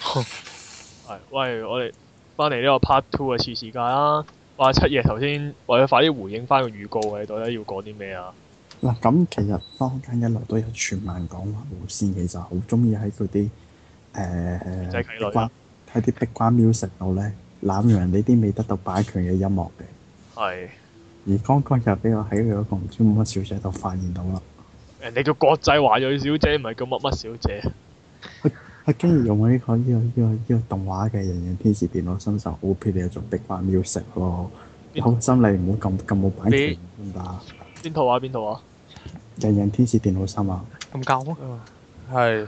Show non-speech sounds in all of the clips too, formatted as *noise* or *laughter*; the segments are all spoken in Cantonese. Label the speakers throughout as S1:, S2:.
S1: 係，喂，我哋翻嚟呢個 part two 嘅次時間啦。話七爺頭先為咗快啲回應翻個預告喺度咧，要講啲咩啊？
S2: 嗱，咁其實坊間一路都有傳聞講話無線其實好中意喺佢啲誒
S1: 仔契女啊
S2: 關喺啲壁關 music 度咧濫用人哋啲未得到版權嘅音樂嘅，
S1: 係，
S2: 而剛剛就俾我喺佢嗰個唔知乜小姐度發現到啦，
S1: 人哋叫國際華裔小姐，唔係叫乜乜小姐。
S2: 佢竟然用呢、個呢、個呢、個呢、個動畫嘅《人人天使電腦新手 O.P.》嚟做壁關 music 咯，好心你唔好咁咁冇版權得唔得啊？
S1: 邊套啊？邊套啊？
S2: 人人天使電腦心啊！
S3: 咁搞啊！係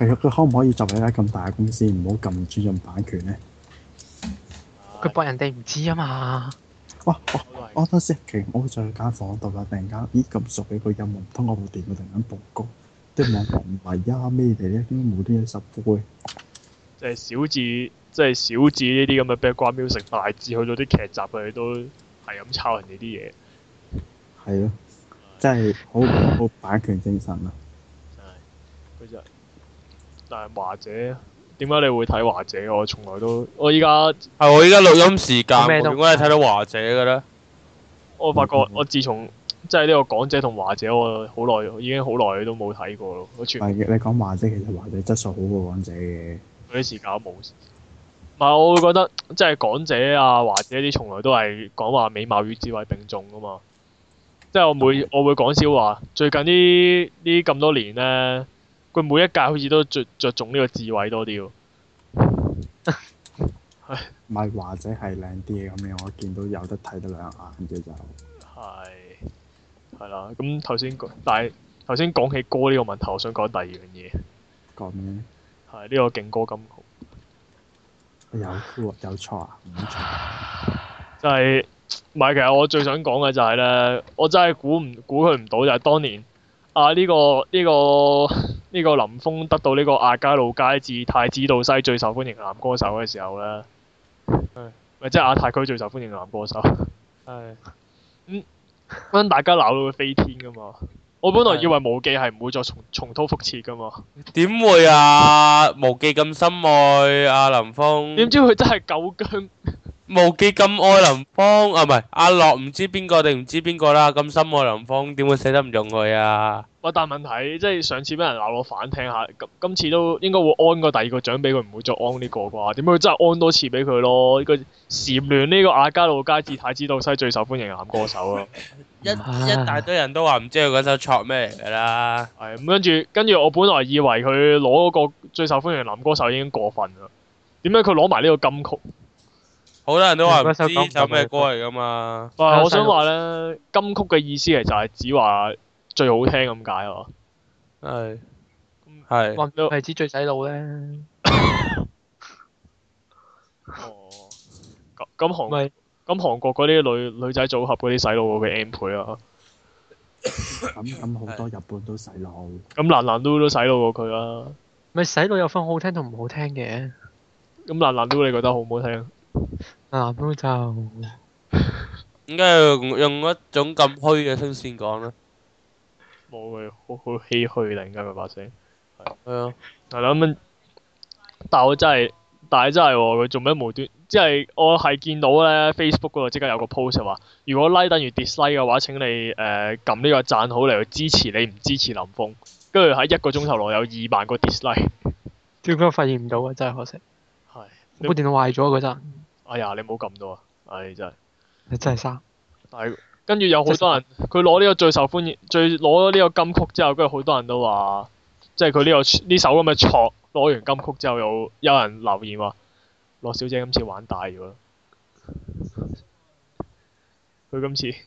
S2: 其實啊佢可唔可以作為一間咁大嘅公司，唔好咁尊重版權咧？
S3: 佢博人哋唔知啊嘛，
S2: 哇！哇
S1: 我都係
S2: 我當時奇我在間房度啦，突然間咦咁熟嘅個音樂，唔通我部電腦突然間曝光，啲網絡唔係呀咩嚟咧？點解冇啲嘢十杯？
S1: 即係小至，即係小至呢啲咁嘅 background music，大至去到啲劇集佢哋都係咁抄人哋啲嘢。
S2: 係咯，真係好好版權精神啊！
S1: 佢就，但係華姐點解你會睇華姐？我從來都，我依家
S4: 係我依家錄音時間，
S3: 咩都
S4: 點解你睇到華姐嘅咧？
S1: 我發覺我自從即係呢個港姐同華姐，我好耐已經好耐都冇睇過咯。我全
S2: 唔
S1: 部
S2: 係嘅，你講華姐其實華姐質素好過港姐嘅，
S1: 嗰啲時間冇。唔係，我會覺得即係港姐啊、華姐啲，從來都係講話美貌與智慧並重噶嘛。即係我每我會講笑話，最近呢呢咁多年咧，佢每一屆好似都着着重呢個智慧多啲喎。
S2: 唔係華姐係靚啲嘅咁樣，我見到有得睇得兩眼嘅就
S1: 係係啦，咁頭先講但係頭先講起歌呢個問題，我想講第二樣嘢
S2: 講咩咧？
S1: 係呢個勁歌金曲。
S2: 有錯有錯啊！唔錯，
S1: 就係唔係？其實我最想講嘅就係、咧，我真係估唔估佢唔到，就係當年啊呢、個呢、個呢、個林峰得到呢個亞皆老街至太子道西最受歡迎男歌手嘅時候咧
S3: 嗯，
S1: 咪即係亞太區最受歡迎男歌手，咁
S3: 係
S1: 樣大家鬧到佢飛天噶嘛。我本來
S3: 係
S1: 以為無忌係唔會再重重蹈覆轍噶嘛，
S4: 點會啊？無忌咁深愛阿林峰，
S1: 點知佢真係夠姜，
S4: 無忌咁愛林峰啊？唔係阿樂唔知邊個定唔知邊個啦？咁深愛林峰，點會捨得唔用佢啊？
S1: 喂，但問題即係上次俾人鬧我反聽下，今今次都應該會安個第二個獎俾佢，唔會再安呢個啩？點解佢真係安多次俾佢咯？呢個蟬聯呢個亞皆老街至太子道西最受歡迎男歌手
S3: *laughs*
S1: 啊！
S4: 一一大堆人都話唔知佢嗰首錯咩嚟㗎啦。
S1: 係咁跟住跟住，我本來以為佢攞嗰個最受歡迎男歌手已經過分啦，點解佢攞埋呢個金曲？
S4: 好多人都話唔
S3: 嗰首
S4: 知首咩歌嚟㗎嘛。
S1: 喂，
S3: 啊
S1: 我想
S3: 細佬
S1: 話咧，金曲嘅意思係就係只話最好聽咁解啊！
S4: 係係
S3: 話唔係知最洗腦咧，
S1: 哦，咁咁韓
S3: 咪
S1: 咁韓國嗰啲女女仔組合嗰啲洗腦我嘅 M 倍啊！
S2: 咁咁好多日本都洗腦。
S1: 咁蘭蘭都都洗腦過佢啦。
S3: 咪洗腦有分好聽同唔好聽嘅，
S1: 咁蘭蘭都你覺得好唔好聽？
S3: 男都就
S4: 點解要用用一種咁虛嘅聲線講咧？
S1: 冇佢好好唏噓突然間佢把聲。
S4: 係啊，
S1: 係啦咁樣，但我真係，但係真係喎，佢做咩無端？即係我係見到咧 Facebook 嗰度即刻有個 post 話，如果 like 等於 dislike 嘅話，請你誒撳呢個讚好嚟去支持你唔支持林峰。跟住喺一個鐘頭內有二萬個 dislike。
S3: 點解發現唔到啊？真係可惜，
S1: 係。
S3: 部電腦壞咗嗰陣，
S1: 哎呀，你冇撳到啊！唉、真係。
S3: 真係生
S1: 但係跟住有好多人，佢攞呢個最受歡迎、最攞咗呢個金曲之後，跟住好多人都話，即係佢呢個呢首咁嘅錯攞完金曲之後，有有人留言話，羅小姐今次玩大咗啦。佢今次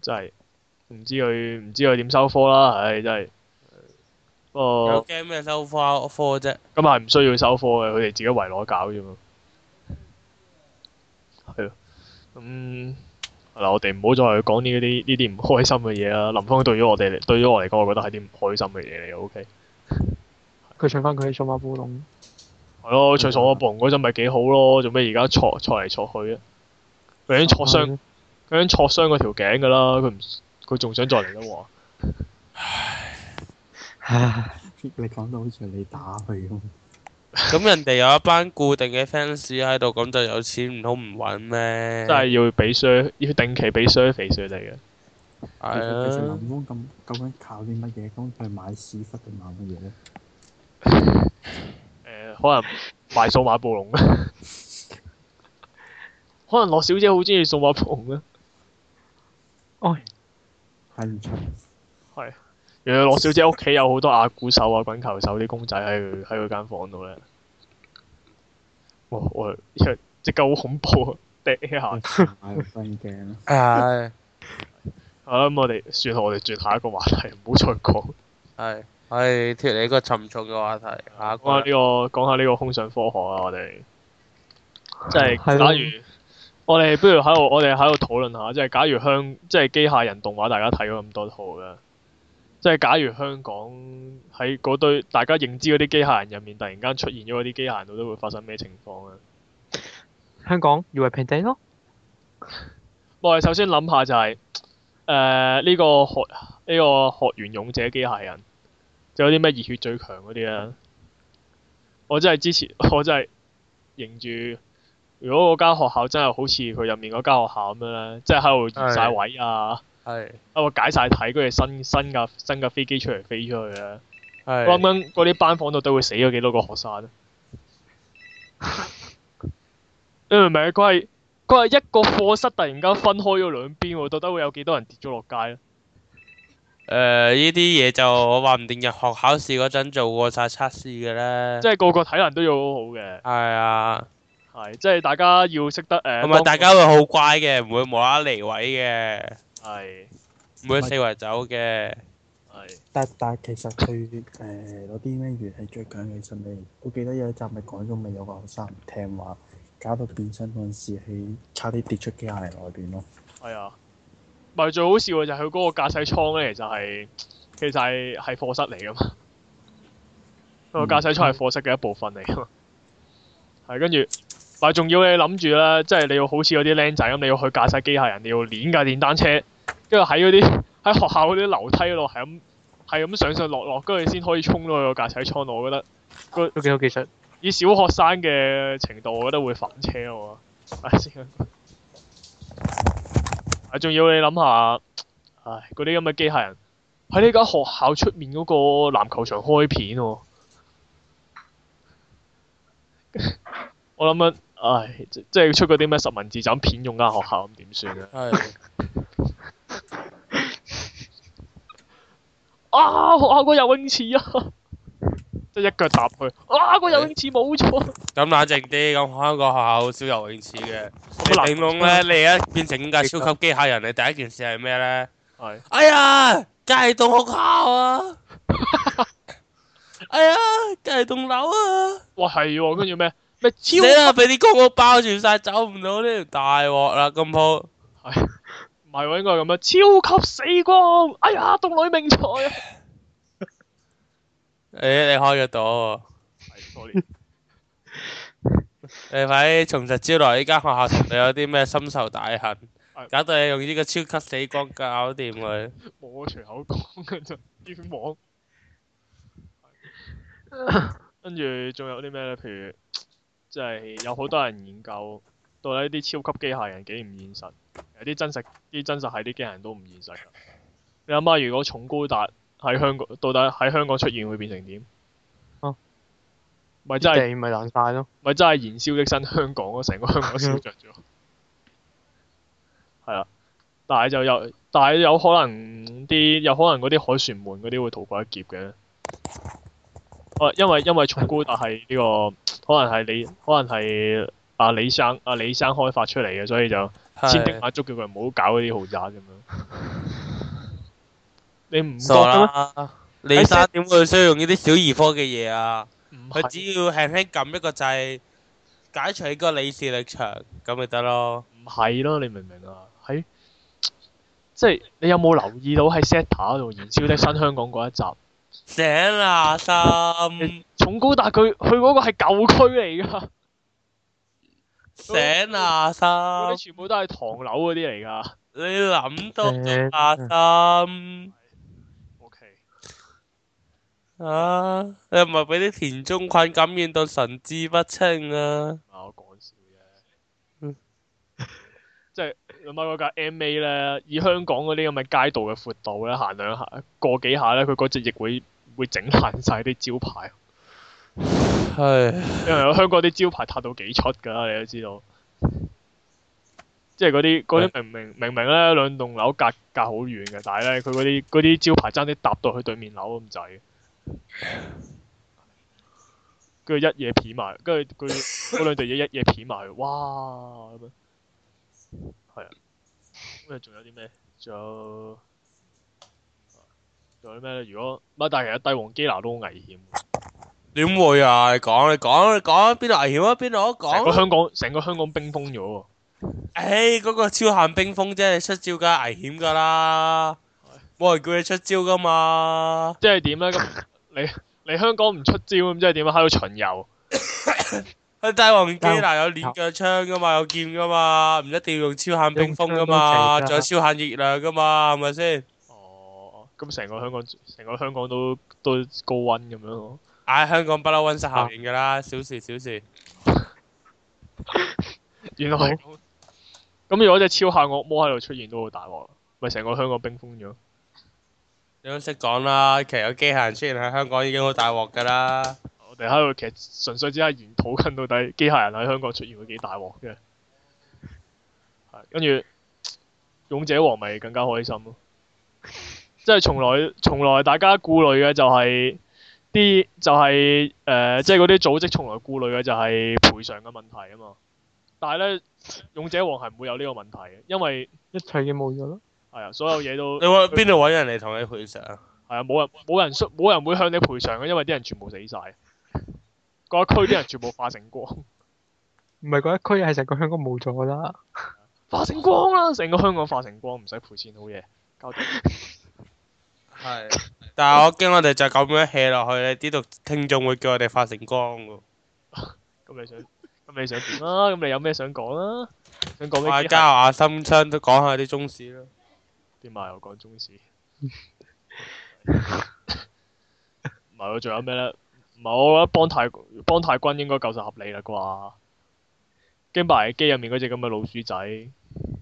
S1: 真係唔知佢唔知佢點收科啦，唉、真係。哦不
S4: 有
S1: 過
S4: 驚咩收花科啫？
S1: 咁係唔需要收科嘅，佢哋自己圍攞搞啫嘛。係咯，咁係啦，我哋唔好再去講呢啲呢啲唔開心嘅嘢啦。林峰對於我哋嚟對於我嚟講，我覺得係啲唔開心嘅嘢嚟嘅。O K，
S3: 佢唱翻佢嘅數碼暴龍，
S1: 係咯，唱《爽我暴龍》嗰陣咪幾好咯，做咩而家錯錯嚟錯去啊？佢已經挫
S3: 嗯
S1: 傷，佢已經挫傷嗰條頸㗎啦，佢唔佢仲想再嚟得喎。
S3: 唉，
S2: 你講到好似你打佢咁，
S4: 咁人哋有一班固定嘅 fans 喺度，咁就有錢，唔通唔揾咩？
S1: 真係要俾 sur 要定期俾 surface 佢哋嘅。
S2: 其實其實
S4: 係啊
S2: 林峰咁究竟靠啲乜嘢？咁佢係買屎忽定買乜嘢咧？
S1: 誒、呃可能賣數碼暴龍 *laughs* 啦。可能樂小姐好中意數碼暴龍啊啦。
S3: 哎，
S2: 睇唔出。
S1: 原來樂小姐屋企有好多阿古手啊、滾球手啲公仔喺佢喺佢間房度咧。哇！我因為隻狗好恐怖啊，掟下。
S2: 我 *laughs* 成買個 friend 鏡啦。
S4: 係
S1: 好啦，咁我哋算啦，我哋轉下一個話題，唔好再講。
S4: 係，我哋脱離一個沉重嘅話題，下一
S1: 講下呢、
S4: 個
S1: 個講下呢個空想科學啊！我哋即係
S3: 係
S1: 假
S3: 咯
S1: 如我哋不如喺度，我哋喺度討論下，即係假如香即係機械人動畫，大家睇咗咁多套嘅，即係假如香港喺嗰堆大家認知嗰啲機械人入面，突然間出現咗嗰啲機械人，到底會發生咩情況啊咧？
S3: 香港以為平地咯，
S1: 我哋首先諗下就係誒呢個學呢、個學員勇者機械人，就有啲咩熱血最強嗰啲啊！我真係支持， *laughs* 我真係認住。如果嗰間學校真係好似佢入面嗰間學校咁樣咧，即係喺度移晒位啊，
S4: 係
S1: 喺度解晒體，跟住新新架新架飛機出嚟飛出去啊咧，我諗
S4: 係
S1: 緊嗰啲班房度都會死咗幾多個學生
S4: *laughs*
S1: 啊你明唔明？佢係佢係一個課室突然間分開咗兩邊喎，到底會有幾多人跌咗落街咧？
S4: 誒呢啲嘢就我話唔定入學考試嗰陣做過晒測試嘅咧
S1: 即。係個個體能都要好好嘅，
S4: 係啊，
S1: 係即係大家要識得誒。
S4: 同埋
S1: 當
S4: 大家會好乖嘅，唔會無啦啦離位嘅，
S1: 係
S4: 唔會四圍走嘅。
S1: 係
S2: 但但其實佢誒嗰啲咩元氣最強，其實你我記得有一集咪講咗，咪有個學生唔聽話，搞到變身嗰陣時，係差啲跌出機械人外邊咯。
S1: 係啊，咪最好笑嘅就係佢嗰個駕駛艙咧，其實係其實係係課室嚟噶嘛。個駕駛艙係課室嘅一部分嚟噶嘛。係跟住，咪仲要你諗住咧，即係你要好似嗰啲僆仔咁，你要去駕駛機械人，你要練架電單車，跟住喺嗰啲喺學校嗰啲樓梯嗰度係咁係咁上上落落，跟住先可以衝到去個駕駛艙度。我覺得
S3: 都幾好技術。
S1: 以小學生嘅程度，我覺得會反車喎。係先。啊，仲要你諗下，唉，嗰啲咁嘅機械人喺呢間學校出面嗰個籃球場開片喎、 *laughs* 我諗緊，唉，即即係出嗰啲咩十文字斬片用間學校咁點算咧？
S4: 係
S1: 啊，學校個游泳池啊！即係一腳踏去，啊個游泳池冇咗。
S4: 咁冷靜啲，咁香港學校好少游泳池嘅。你
S1: 咁
S4: 頂籠咧，你而家變成架超級機械人，你第一件事係咩咧？
S1: 係
S4: 哎呀，隔離棟學校
S1: *laughs*
S4: 啊！哎呀，隔離棟樓啊！
S1: 哇係喎，跟住咩咩超
S4: 死啦！俾啲公屋包住晒，走唔到呢條大鑊啦！咁好，
S1: 唔係喎，應該係咁樣，超級死光！哎呀，獨女命才啊！嗯
S4: 誒你開咗到喎，
S1: 係，sorry，
S4: 你快啲從實招來呢間學校同你有啲咩深仇大恨
S1: 係，
S4: 搞到你用呢個超級死光搞掂佢。
S1: 我隨口講嘅啫，冤枉。跟住仲有啲咩咧？譬如即係有好多人研究到底啲超級機械人幾唔現實，有啲真實啲真實係啲機械人都唔現實㗎。你諗下，如果重高達喺香港，到底喺香港出現會變成點？
S3: 哦
S1: 咪真係
S3: 地咪爛晒咯，
S1: 咪真係燃燒的身香港咯，成個香港燒着
S4: *laughs*
S1: 咗。係
S4: 啊
S1: 啦，但係就有，但係有可能啲，有可能嗰啲海船門嗰啲會逃過一劫嘅。啊，因為因為重高達係呢個，可能係你，可能係阿李生阿李生開發出嚟嘅，所以就千叮
S4: 係
S1: 萬囑叫佢唔好搞嗰啲豪宅咁樣。
S4: *laughs*
S1: 你唔覺
S4: 傻
S1: 得咩？
S4: 啦！李生點會需要用呢啲小兒科嘅嘢啊？
S1: 唔
S4: 佢
S1: 係
S4: 只要輕輕撳一個掣，解除呢個李氏力場，咁咪得咯。
S1: 唔係咯，你明唔明啊？喺即係你有冇留意到喺 Seta 度《燃燒的新香港》嗰一集，
S4: 醒啦，心！
S1: 重高達佢佢嗰個係舊區嚟㗎，嗰啲
S4: 醒啦，心！
S1: 全部都係唐樓嗰啲嚟㗎。
S4: 你諗到
S3: 誒
S4: 阿心？
S1: O K，
S4: 啊！你係咪俾啲田中菌感染到神志不清啊？
S1: 啊，我講笑啫
S4: 嗯。
S1: *laughs* 即係諗下嗰架 M A 咧，以香港嗰啲咁嘅街道嘅闊度咧，行兩下過幾下咧，佢嗰只翼會會整爛晒啲招牌。
S4: 係
S1: 因為香港啲招牌塌到幾出㗎啦，你都知道。即係嗰啲嗰啲明明明明咧兩棟樓隔隔好遠嘅，但係咧佢嗰啲嗰啲招牌爭啲搭到去對面樓咁滯，跟住一嘢片埋，跟住佢嗰兩對嘢一嘢片埋去，哇咁樣，係啊。咁啊，仲有啲咩？仲有仲有啲咩咧？如果唔係，但係其實帝王基拿都好危險㗎。
S4: 點會啊？你講你講你講，邊度危險啊？邊度都
S1: 成個
S4: 講。
S1: 香港，成個香港冰封咗喎。
S4: 诶，嗰、個超限冰封啫，你出招梗係危險㗎啦，冇人叫你出招㗎嘛。
S1: 即係點咧？ *laughs* 咁你你香港唔出招咁，即係點啊？喺度巡遊，
S4: 佢帝王基拿有連腳槍㗎嘛，有劍㗎嘛，唔一定要用超限冰封㗎嘛，
S3: 用槍
S4: 仲
S3: 都
S4: 有
S3: 齊
S4: 超限熱量㗎嘛，係咪先？
S1: 哦，咁成個香港，成個香港都都高温咁樣 *laughs* 咯。
S4: 唉、香港不嬲温室效應㗎啦，小事小事。
S1: 原來係咁。咁如果只超限惡魔喺度出現都好大鑊，咪成個香港冰封咗。
S4: 你都識講啦，其實有機械人出現喺香港已經好大鑊㗎啦。
S1: 我哋喺度其實純粹只係研討緊到底機械人喺香港出現會幾大鑊嘅。係跟住勇者王咪更加開心咯。即係從來從來大家顧慮嘅就係、啲就係、誒、即係嗰啲組織從來顧慮嘅就係賠償嘅問題啊嘛。但係咧，勇者王係唔會有呢個問題嘅，因為
S3: 一切嘢冇咗咯。
S1: 係啊，所有嘢都
S4: 你揾邊度揾人嚟同你賠
S1: 係
S4: 償？
S1: 啊，冇人冇人需冇人會向你賠償嘅，因為啲人全部死晒，嗰一區啲人全部化成光。
S3: 唔係嗰一區，係成個香港冇咗啦。
S1: 化成光啦！成個香港化成光，唔使賠錢，好嘢，交掂。
S4: 係，但係我驚我哋就咁樣 hea 落去，呢度聽眾會叫我哋發成光㗎。
S1: 咁你想，咁你想點啦？咁你有咩想講啦？想講
S4: 我
S1: 咩
S4: 喺
S1: 機械？
S4: 交下心窗都講下啲中史啦。
S1: 點啊？又講中史。唔係喎，仲有咩咧？唔係，我覺得幫太幫太君應該夠晒合理啦啩。驚白危機入面嗰只咁嘅老鼠仔，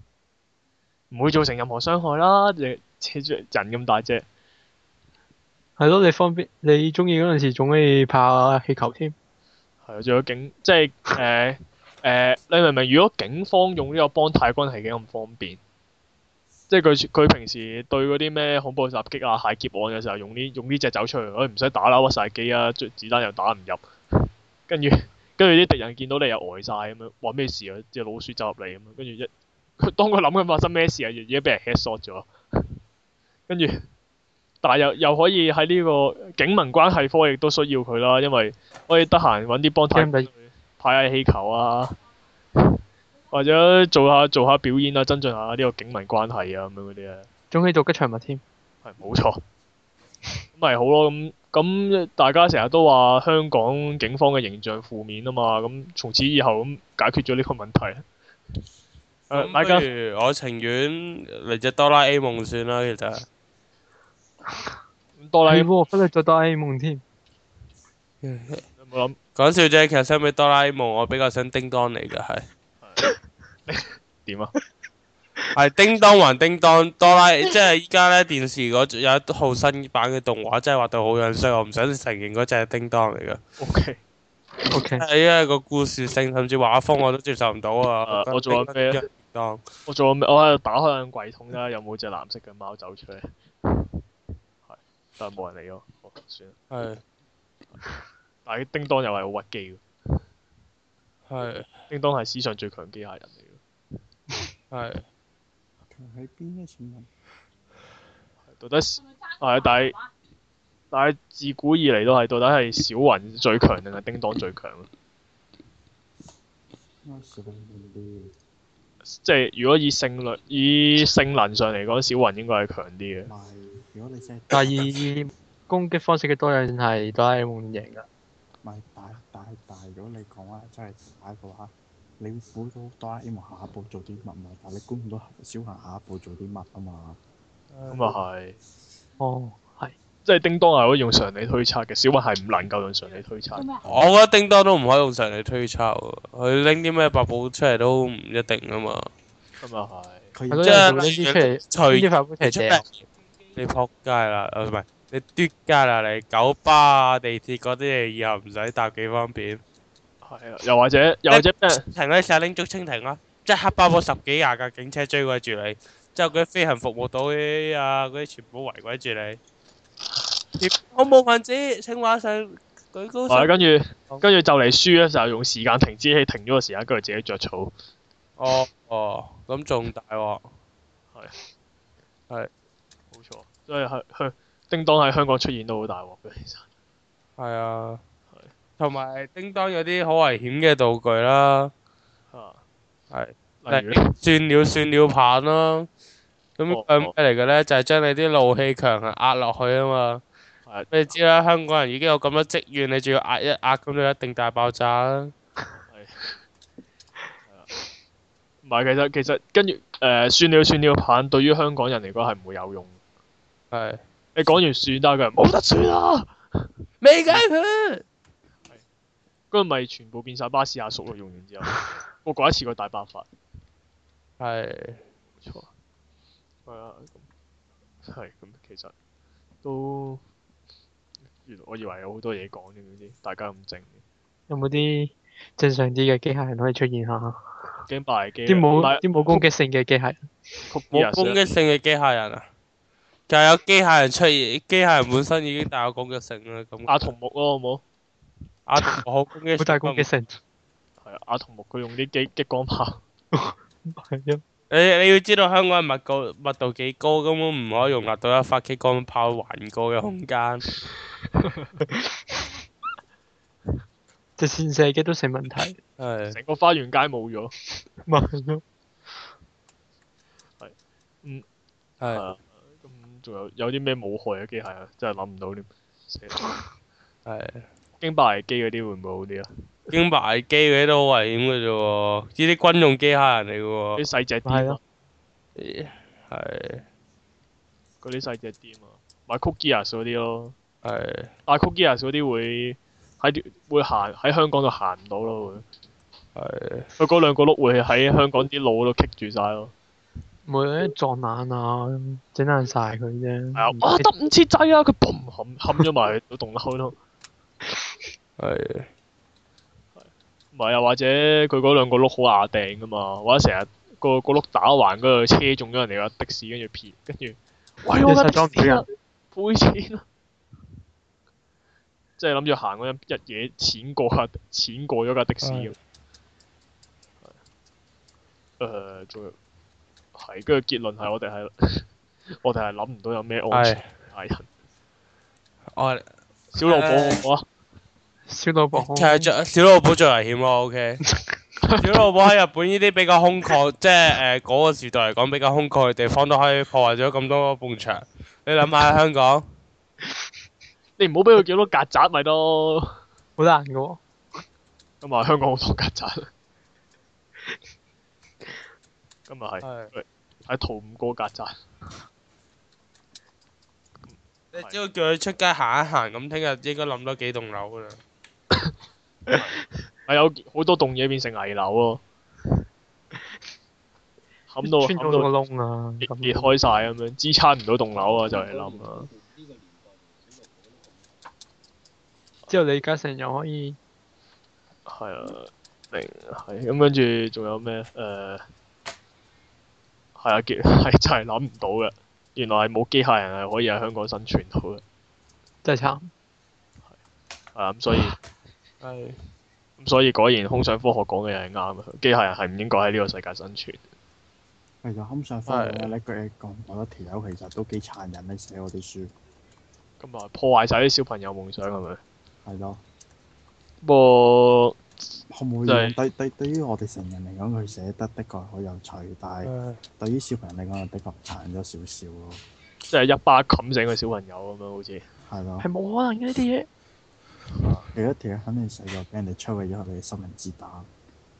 S1: 唔會造成任何傷害啦。只扯住人咁大隻，
S3: 係咯，你方便，你中意嗰陣時仲可以拍下氣球添。
S1: 係啊，仲有警，即係誒誒，你明唔明？如果警方用呢個幫泰軍係幾咁方便？即係佢佢平時對嗰啲咩恐怖襲擊啊、械劫案嘅時候，用呢用呢隻走出去，哎佢唔使打啦，屈晒機啊，追子彈又打唔入，跟住 *laughs* 跟住啲敵人見到你又呆晒咁樣，話咩事啊？只老鼠走入嚟咁樣，跟住一 *laughs* 佢當佢諗緊發生咩事啊，已經俾人 headshot 咗， *laughs* 跟住但係又又可以喺呢個警民關係科亦都需要佢啦，因為可以得閒揾啲幫泰
S3: 驚你
S1: 派下氣球啊， *laughs* 或者做下做下表演啊，增進下呢個警民關係啊咁樣嗰啲啊，
S3: 仲可以做吉祥物添。
S1: 係冇錯。 *laughs* 咁咪好咯，咁咁大家成日都話香港警方嘅形象負面啊嘛，咁從此以後咁解決咗呢個問題。誒、
S4: 咁
S1: 大家
S4: 不如我情願嚟只哆啦 A 夢算啦，其實。
S1: 哆啦 A 夢
S3: 係喎，忽略咗哆啦 A 夢添。
S1: 有冇諗
S4: 講笑啫，其實相比哆啦 A 夢，我比較想叮當嚟㗎，係
S1: 點啊？
S4: 係叮當還叮當，哆啦 A 即係依家咧電視嗰有一套新版嘅動畫，真係畫到好樣衰，我唔想承認嗰只係叮當嚟㗎。
S1: O K，
S3: O
S1: 嗯
S3: K，
S4: 係因為個故事性甚至畫風我都接受唔到啊！
S1: 誒我仲有咩啊
S4: 叮當
S1: 我做咩？我喺度打開眼櫃桶啦，有冇隻藍色嘅貓走出嚟？係，但係冇人理我，好算啦。
S4: 係
S1: 但係叮當又係好屈機嘅。
S4: 係
S1: 叮當係史上最強機械人嚟嘅，
S4: 係
S2: 強喺邊咧？請問
S1: 到底係但係但係自古以嚟都係，到底係小雲最強定係叮當最強？
S2: 啱少啲
S1: 即係如果以性率、以性能上嚟講，小雲應該係強啲嘅。
S2: 咪？如果你真係
S3: 第二攻擊方式嘅多樣係哆啦 A 夢贏㗎。
S2: 咪打打打，如果你講話真係打嘅話，你會估到哆啦 A 夢下一步做啲乜嘛？但你估唔到小行下一步做啲乜啊嘛？
S1: 咁啊係，
S3: 어. 아,哦，係。
S1: 即係叮當係可以用常理推測嘅，小雲係唔能夠用常理推測。
S4: 我覺得叮當都唔可以用常理推測喎，佢拎啲咩八寶出嚟都唔一定啊嘛。
S1: 咁又係。
S2: 佢
S3: 係咯，
S4: 即係
S3: 有拎啲出嚟，
S4: 隨
S3: 呢塊杯
S4: 你
S3: 出
S4: 出
S3: 嚟掟
S4: 咩？你撲街啦，呃唔係你嘟街啦，你九巴啊、地鐵嗰啲嘢以後唔使搭幾方便。
S1: 係啊，又或者又或者俾人
S4: 停咧，成日拎足蜻蜓啦，即係黑包嗰十幾廿架警車追鬼住你，之後嗰啲飛行服務隊啊嗰啲全部圍鬼住你。我冇分子，請畫上舉高
S1: 係啊
S4: 手。
S1: 跟住跟住就嚟輸咧，就用時間停止器停咗個時間，跟住自己着草。
S4: 哦哦，咁仲大鑊。
S1: 冇錯，所以係香叮當喺香港出現都好大鑊嘅，其實
S4: 係啊
S1: 係，
S4: 同埋叮當有啲好危險嘅道具啦，
S1: 啊，
S4: 係
S1: 例如
S4: 算了算了棒啦。咁
S1: 哦
S4: 佢係
S1: 哦
S4: 咩嚟嘅咧？就係、將你啲怒氣強行壓落去啊嘛。
S1: 係
S4: 你知啦，香港人已經有咁多積怨，你仲要壓一壓，咁就一定大爆炸啦。
S1: 唔係其實其實跟住誒、呃算了算了棒對於香港人嚟講係唔會有用。
S4: 係
S1: 你講完算啦，佢話冇得算啊啦，
S4: 未解佢，
S1: 跟住咪全部變晒巴士阿叔咯。用完之後，我嗰一次個大爆發，
S4: 係
S1: 冇錯。係啊，咁係咁，其實都原來我以為有好多嘢講嘅嗰啲，大家咁靜，
S3: 有冇啲正常啲嘅機械人可以出現下？
S1: 驚敗機啊。
S3: 啲
S1: 唔係
S3: 冇啲冇攻擊性嘅機械人，
S1: 曲
S4: 冇攻擊性嘅機械人啊，就係有機械人出現，機械人本身已經大有攻擊性啦。咁
S1: 阿童木咯，好冇？
S4: 阿童木好攻擊，
S3: 好大攻擊。性。
S1: 係啊，阿童木佢用啲激激光炮，
S3: 係啊，
S4: 你你要知道香港嘅密度密度幾高，根本唔可以容納到一發激光炮環過嘅空間。
S3: 隻線射機都成問題。
S4: 係
S1: 成個花園街冇咗。
S3: 咪係咯，
S1: 係
S4: 係
S1: 啊，咁仲有有啲咩冇害嘅機械啊？真係諗唔到添。死啦
S4: 係，
S1: 經百危機嗰啲會唔會好啲啊？
S4: 經埋機嗰啲都好危險嘅啫喎，呢啲軍用機械人嚟
S1: 嗰
S4: 嘅
S1: 啲細只
S3: 係
S1: 啲啊
S3: 咯，
S4: 喎。係
S1: 嗰啲細只啲啊嘛，買 Cookies 嗰啲咯，
S4: 係
S1: 但係 Cookies 嗰啲會喺啲會行喺香港度行唔到咯，會
S4: 係
S1: 佢嗰兩個碌會喺香港啲路度棘住晒咯。
S3: 冇嘢撞爛啊，整爛晒佢啫。
S1: 係啊，哇得五次掣啊！佢嘣冚冚咗埋去 *laughs* 棟樓咯，
S4: 係
S1: 唔係啊又或者佢嗰兩個碌好牙掟噶嘛，或者成日個個碌打橫嗰度車中咗人哋架的士，跟住撇，跟住喂我架
S3: 實裝唔
S1: 的
S3: 到
S1: 士
S3: 人
S1: 啊賠錢啊！ *laughs* 即係諗住行嗰陣一嘢錢過架，錢過咗架的士咁。誒，仲有係跟住結論係我哋係 *laughs* 我哋係諗唔到有咩安
S4: 係
S1: 全係人。
S4: 我
S1: 小老虎好啊，
S3: 小老婆，
S4: 哦其實最小老虎最危險咯，OK。小老虎喺日本呢啲比較空曠，即係誒嗰個時代嚟講比較空曠嘅地方，都可以破壞咗咁多埲牆。你諗下香港，
S1: 你唔好俾佢叫到曱甴咪咯。
S3: 好難嘅喎。
S1: 咁啊，香港好多曱甴。咁啊係，係逃唔過曱甴。
S4: 你只要叫佢出街行一行，咁聽日應該冧多幾棟樓㗎啦。
S1: 係有好多棟嘢變成危樓咯，冚到
S3: 穿咗
S1: 冚
S3: 個
S1: 到
S3: 窿啊！
S1: 裂裂
S3: 咁嗯
S1: 開晒咁樣，支撐唔到棟樓啊，就係冧啦。
S3: 之後李嘉誠又可以
S1: 係啊，零係咁跟住仲有咩？誒、係啊，結 *laughs* 係真係諗唔到嘅，原來係冇機械人係可以喺香港生存到嘅，
S3: 真係
S1: 係
S3: 慘。
S1: 啊咁所以
S4: 係
S1: 咁所以果然空想科學講嘅嘢係啱嘅，機械人係唔應該喺呢個世界生存。
S2: 其實啊堪上翻嚟咧，呢句嘢講，我覺得條友其實都幾殘忍咧，寫我啲書
S1: 咁啊，破壞晒啲小朋友夢想係咪？
S2: 係咯。
S1: 不過
S2: 可唔可以
S1: 就
S2: 用
S1: 係
S2: 對對對於我哋成人嚟講，佢寫得的確好有趣，但係對於小朋友嚟講，就的確殘咗少少咯。
S1: 即係一巴冚醒個小朋友咁樣，好似
S2: 係咯
S3: 係，冇可能嘅呢啲嘢。
S2: 佢一條友肯定細個俾人哋摧毀咗佢嘅心靈之膽。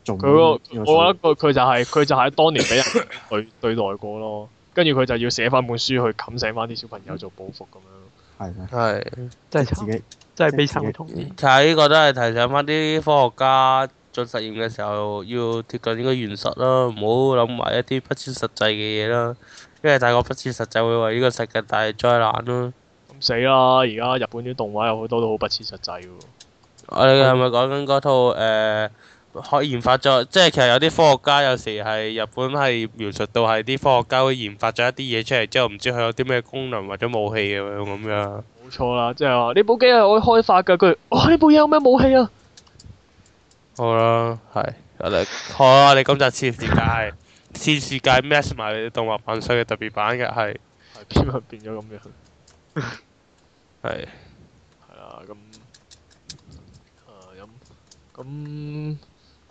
S2: 做
S1: 佢嗰
S2: 嗯
S1: 個
S2: 呢個
S1: 我覺得佢佢就係、佢就係當年俾人對對待過咯，跟住佢就要寫翻本書去冚醒翻啲小朋友做報復咁樣。
S2: 係啦，
S4: 係。
S3: 真係
S2: 自
S3: 慘，
S2: 己
S3: 真係悲
S2: 即係自
S3: 慘
S2: 己嗯
S3: 痛。
S4: 就係呢個都係提醒翻啲科學家做實驗嘅時候要貼近呢個現實啦，唔好諗埋一啲不切實際嘅嘢啦，因為大個不切實際會為呢個世界帶嚟災難啦。
S1: 咁死啦！而家日本啲動畫有好多都好不切實際喎。
S4: 我哋係咪講緊嗰套誒、呃、可研發咗，即係其實有啲科學家有時係日本係描述到係啲科學家會研發咗一啲嘢出嚟之後，唔知佢有啲咩功能或者武器咁樣咁樣。
S1: 冇錯啦，即係話呢部機係我開發㗎，佢哇呢部嘢有咩武器啊？
S4: 好啦，係我哋好啦，你今集次時界係次世界 match 埋你動畫版所以嘅特別版嘅係
S1: 係偏向變咗咁樣，
S4: 係
S1: 係啦咁。誒咁咁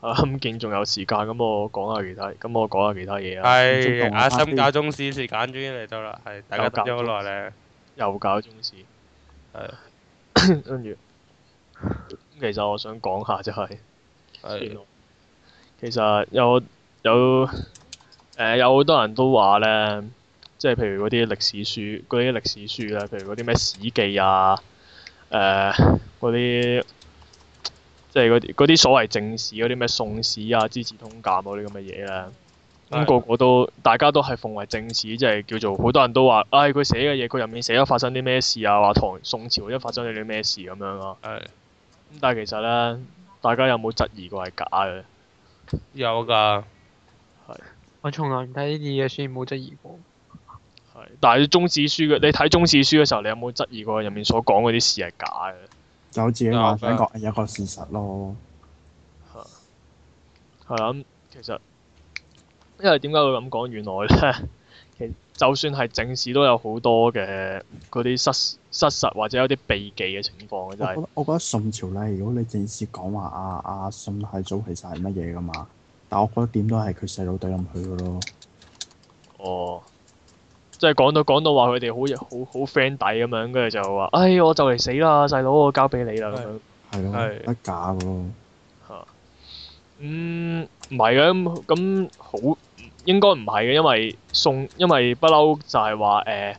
S1: 啊咁勁仲有時間，咁我講下其他，咁我講下其他嘢啊。
S4: 係
S2: 動畫
S4: 阿
S2: 版
S4: 森教宗史時間終於嚟到啦，係大家等咗好耐咧，
S1: 又搞中史，
S4: 係
S1: *coughs* 跟住咁其實我想講下就係、原
S4: 係
S1: 來其實有有誒、有好多人都話咧，即係譬如嗰啲歷史書，嗰啲歷史書咧，譬如嗰啲咩史記啊，誒嗰啲即係嗰啲嗰啲所謂正史嗰啲咩宋史啊、資治通鑑嗰啲咁嘅嘢咧。咁
S4: 係
S1: 個個都，大家都係奉為正史，即係叫做好多人都話，唉、佢寫嘅嘢，佢入面寫咗發生啲咩事啊，話唐宋朝一發生咗啲咩事咁樣啊。
S4: 係
S1: 咁但係其實咧，大家有冇質疑過係假嘅？
S4: 有㗎，
S3: 我從來唔睇呢啲嘢，所以冇質疑過。
S1: 係，但係中史書嘅，你睇中史書嘅時候，你有冇質疑過入面所講嗰啲事係假嘅？
S2: 就自己
S1: 啊
S2: 幻想個有一個事實咯。
S1: 係啊，咁其實因為點解會咁講？原來咧， *laughs* 其實就算係正史都有好多嘅嗰啲失失實或者有啲避忌嘅情況嘅，
S2: 我
S1: 真
S2: 覺
S1: 係
S2: 得我覺得宋朝咧，如果你正式講話啊啊宋太祖其實係乜嘢噶嘛，但我覺得點都係佢細佬對冧佢噶咯。
S1: 哦。即係講到講到話佢哋好好好 friend 底咁樣，跟住就話：，唉，我就嚟死啦，細佬，我交俾你啦咁樣。
S2: 係咯，
S4: 係
S2: 得假噶咯。
S1: 嗯，唔係嘅，咁咁好應該唔係嘅，因為宋因為不嬲就係話誒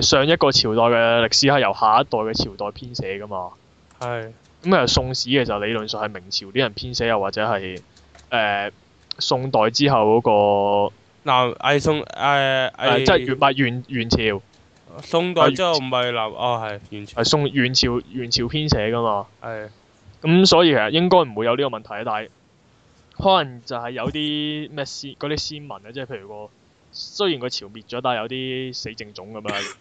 S1: 誒上一個朝代嘅歷史係由下一代嘅朝代編寫噶嘛。
S4: 係
S1: 咁其實宋史其實理論上係明朝啲人編寫，又或者係誒、呃宋代之後嗰、
S4: 南魏宋誒
S1: 個、呃、
S4: 誒
S1: 即係元唔係元元朝
S4: 宋代之後唔係南哦係完全
S1: 係宋元朝元朝編寫噶嘛。
S4: 係
S1: 咁所以其實應該唔會有呢個問題，但係可能就係有啲咩先嗰啲先民咧，即係譬如個雖然個朝滅咗，但係有啲死剩種咁樣。咁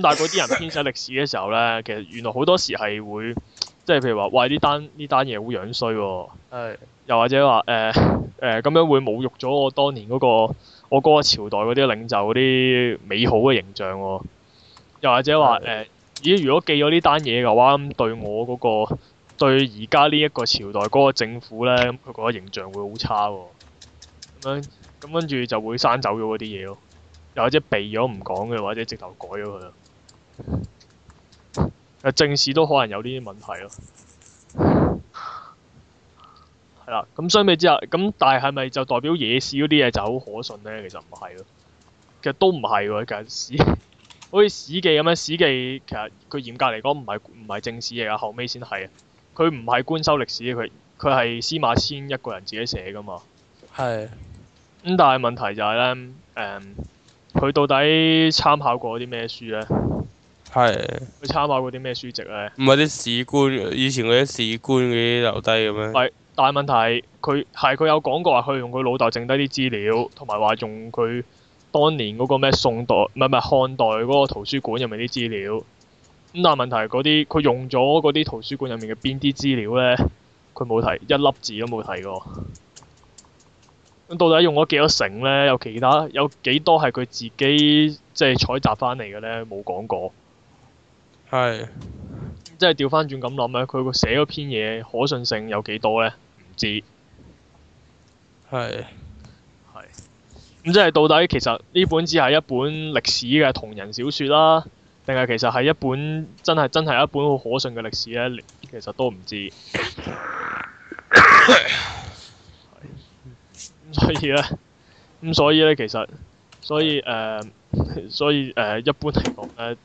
S1: 但係嗰啲人編寫歷史嘅時候咧，其實原來好多時係會即係譬如話，喂呢單呢單嘢好樣衰喎，
S4: 係
S1: 又或者話誒誒咁樣會侮辱咗我當年嗰、個我嗰個朝代嗰啲領袖嗰啲美好嘅形象喎、又或者話誒、呃咦如果記咗呢單嘢嘅話，咁對我嗰、個對而家呢一個朝代嗰個政府咧，咁佢個形象會好差喎、咁樣咁跟住就會刪走咗嗰啲嘢咯，又或者避咗唔講嘅，或者直頭改咗佢咯。誒正史都可能有呢啲問題咯。係啦，咁相比之下，咁但係係咪就代表野史嗰啲嘢就好可信咧？其實唔係咯，其實都唔係喎，其實史 *laughs* 好似史記咁樣，史記其實佢嚴格嚟講唔係唔係正史嚟噶，後尾先係，啊佢唔係官修歷史，佢佢係司馬遷一個人自己寫噶嘛。
S4: 係
S1: 咁但係問題就係咧，誒、佢到底參考過啲咩書咧？
S4: 係
S1: 佢參考過啲咩書籍咧？
S4: 唔係啲史官以前嗰啲史官嗰啲留低嘅咩？
S1: 但係問題係佢係佢有講過話，佢用佢老豆剩低啲資料，同埋話用佢當年嗰個咩宋代唔係唔係漢代嗰個圖書館入面啲資料。咁但係問題係嗰啲佢用咗嗰啲圖書館入面嘅邊啲資料咧，佢冇提一粒字都冇提過。咁到底用咗幾多成咧？有其他有幾多係佢自己即係採集翻嚟嘅咧？冇講過。
S4: 係
S1: 即係調翻轉咁諗咧，佢個寫嗰篇嘢可信性有幾多咧？唔知。咁
S4: 係
S1: 即係到底其實呢本只係一本歷史嘅同人小説啦，定係其實係一本真係真係一本好可信嘅歷史咧？你其實都唔知。係咁所以咧，咁所以咧，其實所以誒、所以誒、一般嚟講咧，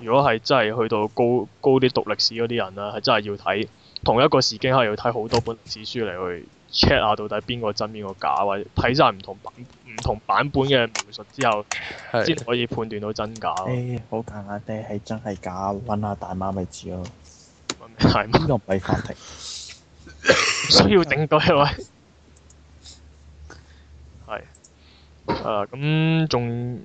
S1: 如果係真係去到高高啲讀歷史嗰啲人啦，係真係要睇同一個時機係要睇好多本歷史書嚟去 check 下到底邊個真邊個假，或者睇晒唔同版唔同版本嘅描述之後，先
S4: 係
S1: 可以判斷到真假咯。
S2: 誒哎好簡單啫，係真係假，揾下大媽咪知 *laughs* 咯。呢
S1: 係唔
S2: 個唔係法庭，
S1: 需要定據喂。係。誒咁仲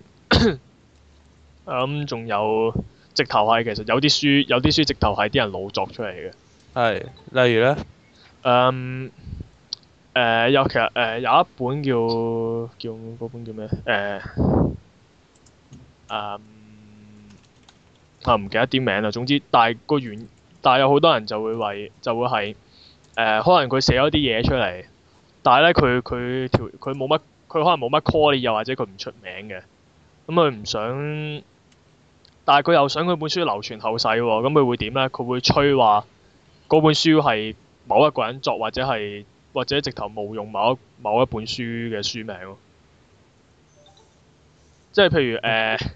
S1: 啊咁仲有直頭係其實有啲書有啲書直頭係啲人老作出嚟嘅。
S4: 係，例如咧，
S1: 誒誒嗯呃有其實誒、有一本叫叫嗰本叫咩呃嗯誒誒啊唔記得啲名啦，總之但係個原但係有好多人就會為就會係誒、呃可能佢寫咗啲嘢出嚟，但係咧佢佢條佢冇乜佢可能冇乜 call 你，又或者佢唔出名嘅，咁佢唔想，但係佢又想佢本書流傳後世喎，咁佢會點咧？佢會吹話嗰本書係某一個人作，或者係或者直頭冒用某一某一本書嘅書名咯。即係譬如誒，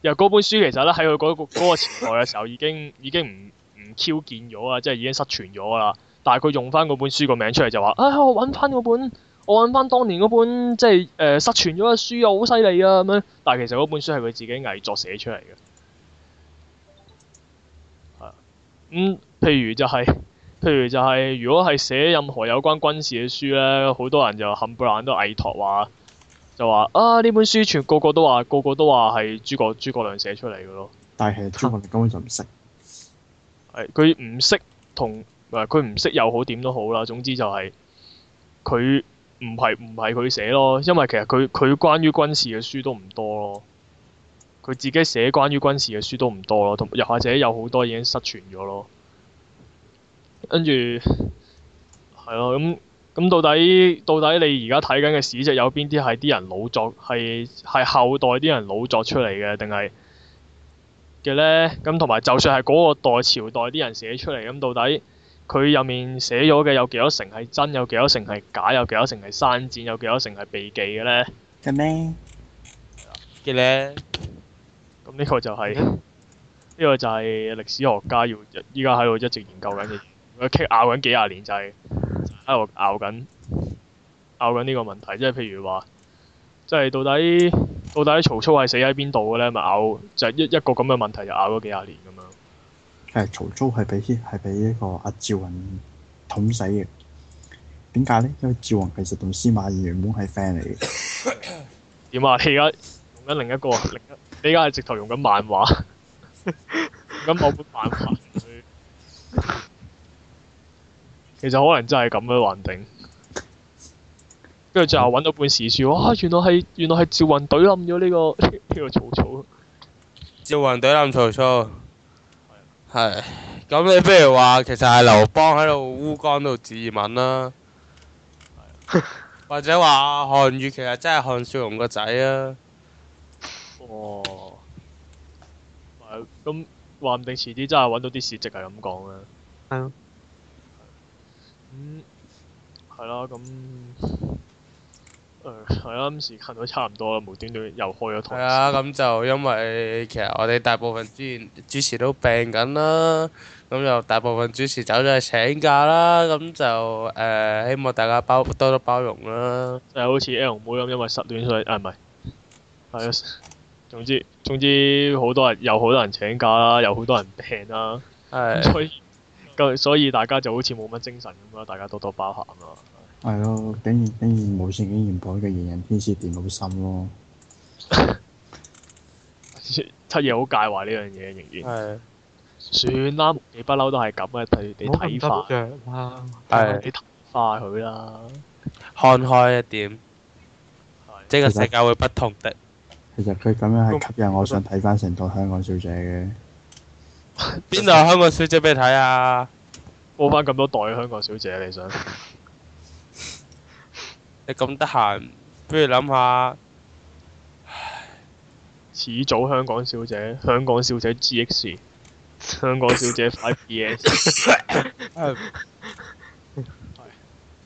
S1: 又、嗰本書其實咧喺佢嗰個嗰個時代嘅時候已經已經唔唔 Q 見咗啊，即係已經失傳咗啦。但係佢用翻嗰本書個名出嚟就話：啊、我揾翻嗰本，我揾翻當年嗰本即係誒、呃失傳咗嘅書啊，好犀利啊咁樣。但係其實嗰本書係佢自己偽作寫出嚟嘅。係啊，咁、譬如就係、譬如就係、如果係寫任何有關軍事嘅書咧，好多人就冚唪唥都偽托話，就話啊呢本書全個個都話，個個都話係諸葛諸葛亮寫出嚟嘅咯。
S2: 但係其實朱國力根本就唔識。
S1: 係佢唔識同誒，佢唔識又好點都好啦。總之就係佢唔係唔係佢寫咯，因為其實佢佢關於軍事嘅書都唔多咯。佢自己寫關於軍事嘅書都唔多咯，同又或者有好多已經失傳咗咯。跟住係咯，咁咁到底到底你而家睇緊嘅史籍有邊啲係啲人老作，係係後代啲人老作出嚟嘅，定係？嘅咧，咁同埋就算係嗰個代朝代啲人寫出嚟，咁到底佢入面寫咗嘅有幾多成係真，有幾多成係假，有幾多成係刪剪，有幾多成係避忌嘅咧？
S2: 嘅咩？
S4: 嘅咧，
S1: 咁呢個就係、呢個就係歷史學家要依家喺度一直研究緊嘅嘢，佢棘拗緊幾廿年就係喺度拗緊拗緊呢個問題，即係譬如話，即係到底到底曹操係死喺邊度嘅咧？咪拗就係一一個咁嘅問題就拗咗幾廿年咁樣。
S2: 係曹操係俾係俾呢個阿趙雲捅死嘅。點解咧？因為趙雲其實同司馬懿原本係 friend 嚟嘅。
S1: 點啊？你而家用緊另一個，另一你而家係直頭用緊漫畫， *laughs* 用緊某本漫畫去。其實可能真係咁樣還定。跟住最後揾到本史書，哇！原來係原來係趙雲懟冧咗呢個呢、個曹操。
S4: 趙雲隊冧曹操，係。咁你不如話其實係劉邦喺度烏江度自刎啦，或者話韓愈其實真係韓少龍個仔啊，
S1: 哦。係咁話唔定遲啲真係揾到啲史籍係咁講啦。
S3: 係咯。
S1: 咁係啦，咁誒係啦，咁時間都差唔多啦，無端端又開咗
S4: 係
S1: 台。
S4: 啊，咁就因為其實我哋大部分主持主持都病緊啦，咁就大部分主持走咗去請假啦，咁就誒、呃希望大家包多多包容啦。
S1: 就係好似 L 妹咁，因為失戀所以啊唔係係啊， *laughs* 總之總之好多人有好多人請假啦，有好多人病啦，
S4: 係
S1: 所以咁所以大家就好似冇乜精神咁啦，大家多多包涵啦。
S2: 係咯，竟然竟然無線竟然改嘅人人天使電腦心咯。
S1: *laughs* 七夜好介懷呢樣嘢，仍然
S4: 係
S1: 算啦，你不嬲都係咁嘅，睇你
S3: 唔好咁
S1: 睇化
S3: 執着啦。
S4: 係
S1: 你睇化佢啦。
S4: 看開一點，
S1: 係
S4: 這個世界會不同的。
S2: 其實佢咁樣係吸引我想睇翻成套香港小姐嘅。
S4: 邊度有香港小姐俾你睇啊？
S1: 播翻咁多代香港小姐，你想？
S4: 你咁得閒，不如諗下
S1: 始祖香港小姐、香港小姐 GX、香港小姐 Five PS，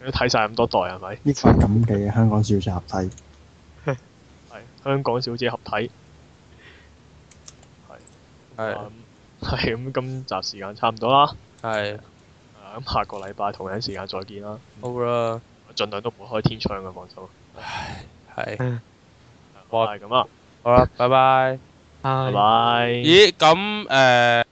S1: 你都睇晒咁多代係咪？
S2: 呢塊咁嘅香港小姐合體，
S1: 係香港小姐合體。係
S4: 係
S1: 嗯係咁，今集時間差唔多啦。
S4: 係
S1: 啊咁下個禮拜同樣時間再見啦。
S4: 好啦，
S1: 我盡量都唔會開天窗嘅放手。
S4: 係
S1: 係咁啦，啊
S4: 好啦，拜拜。
S1: 拜
S3: 唉
S1: 拜。
S4: 咦，咁誒、呃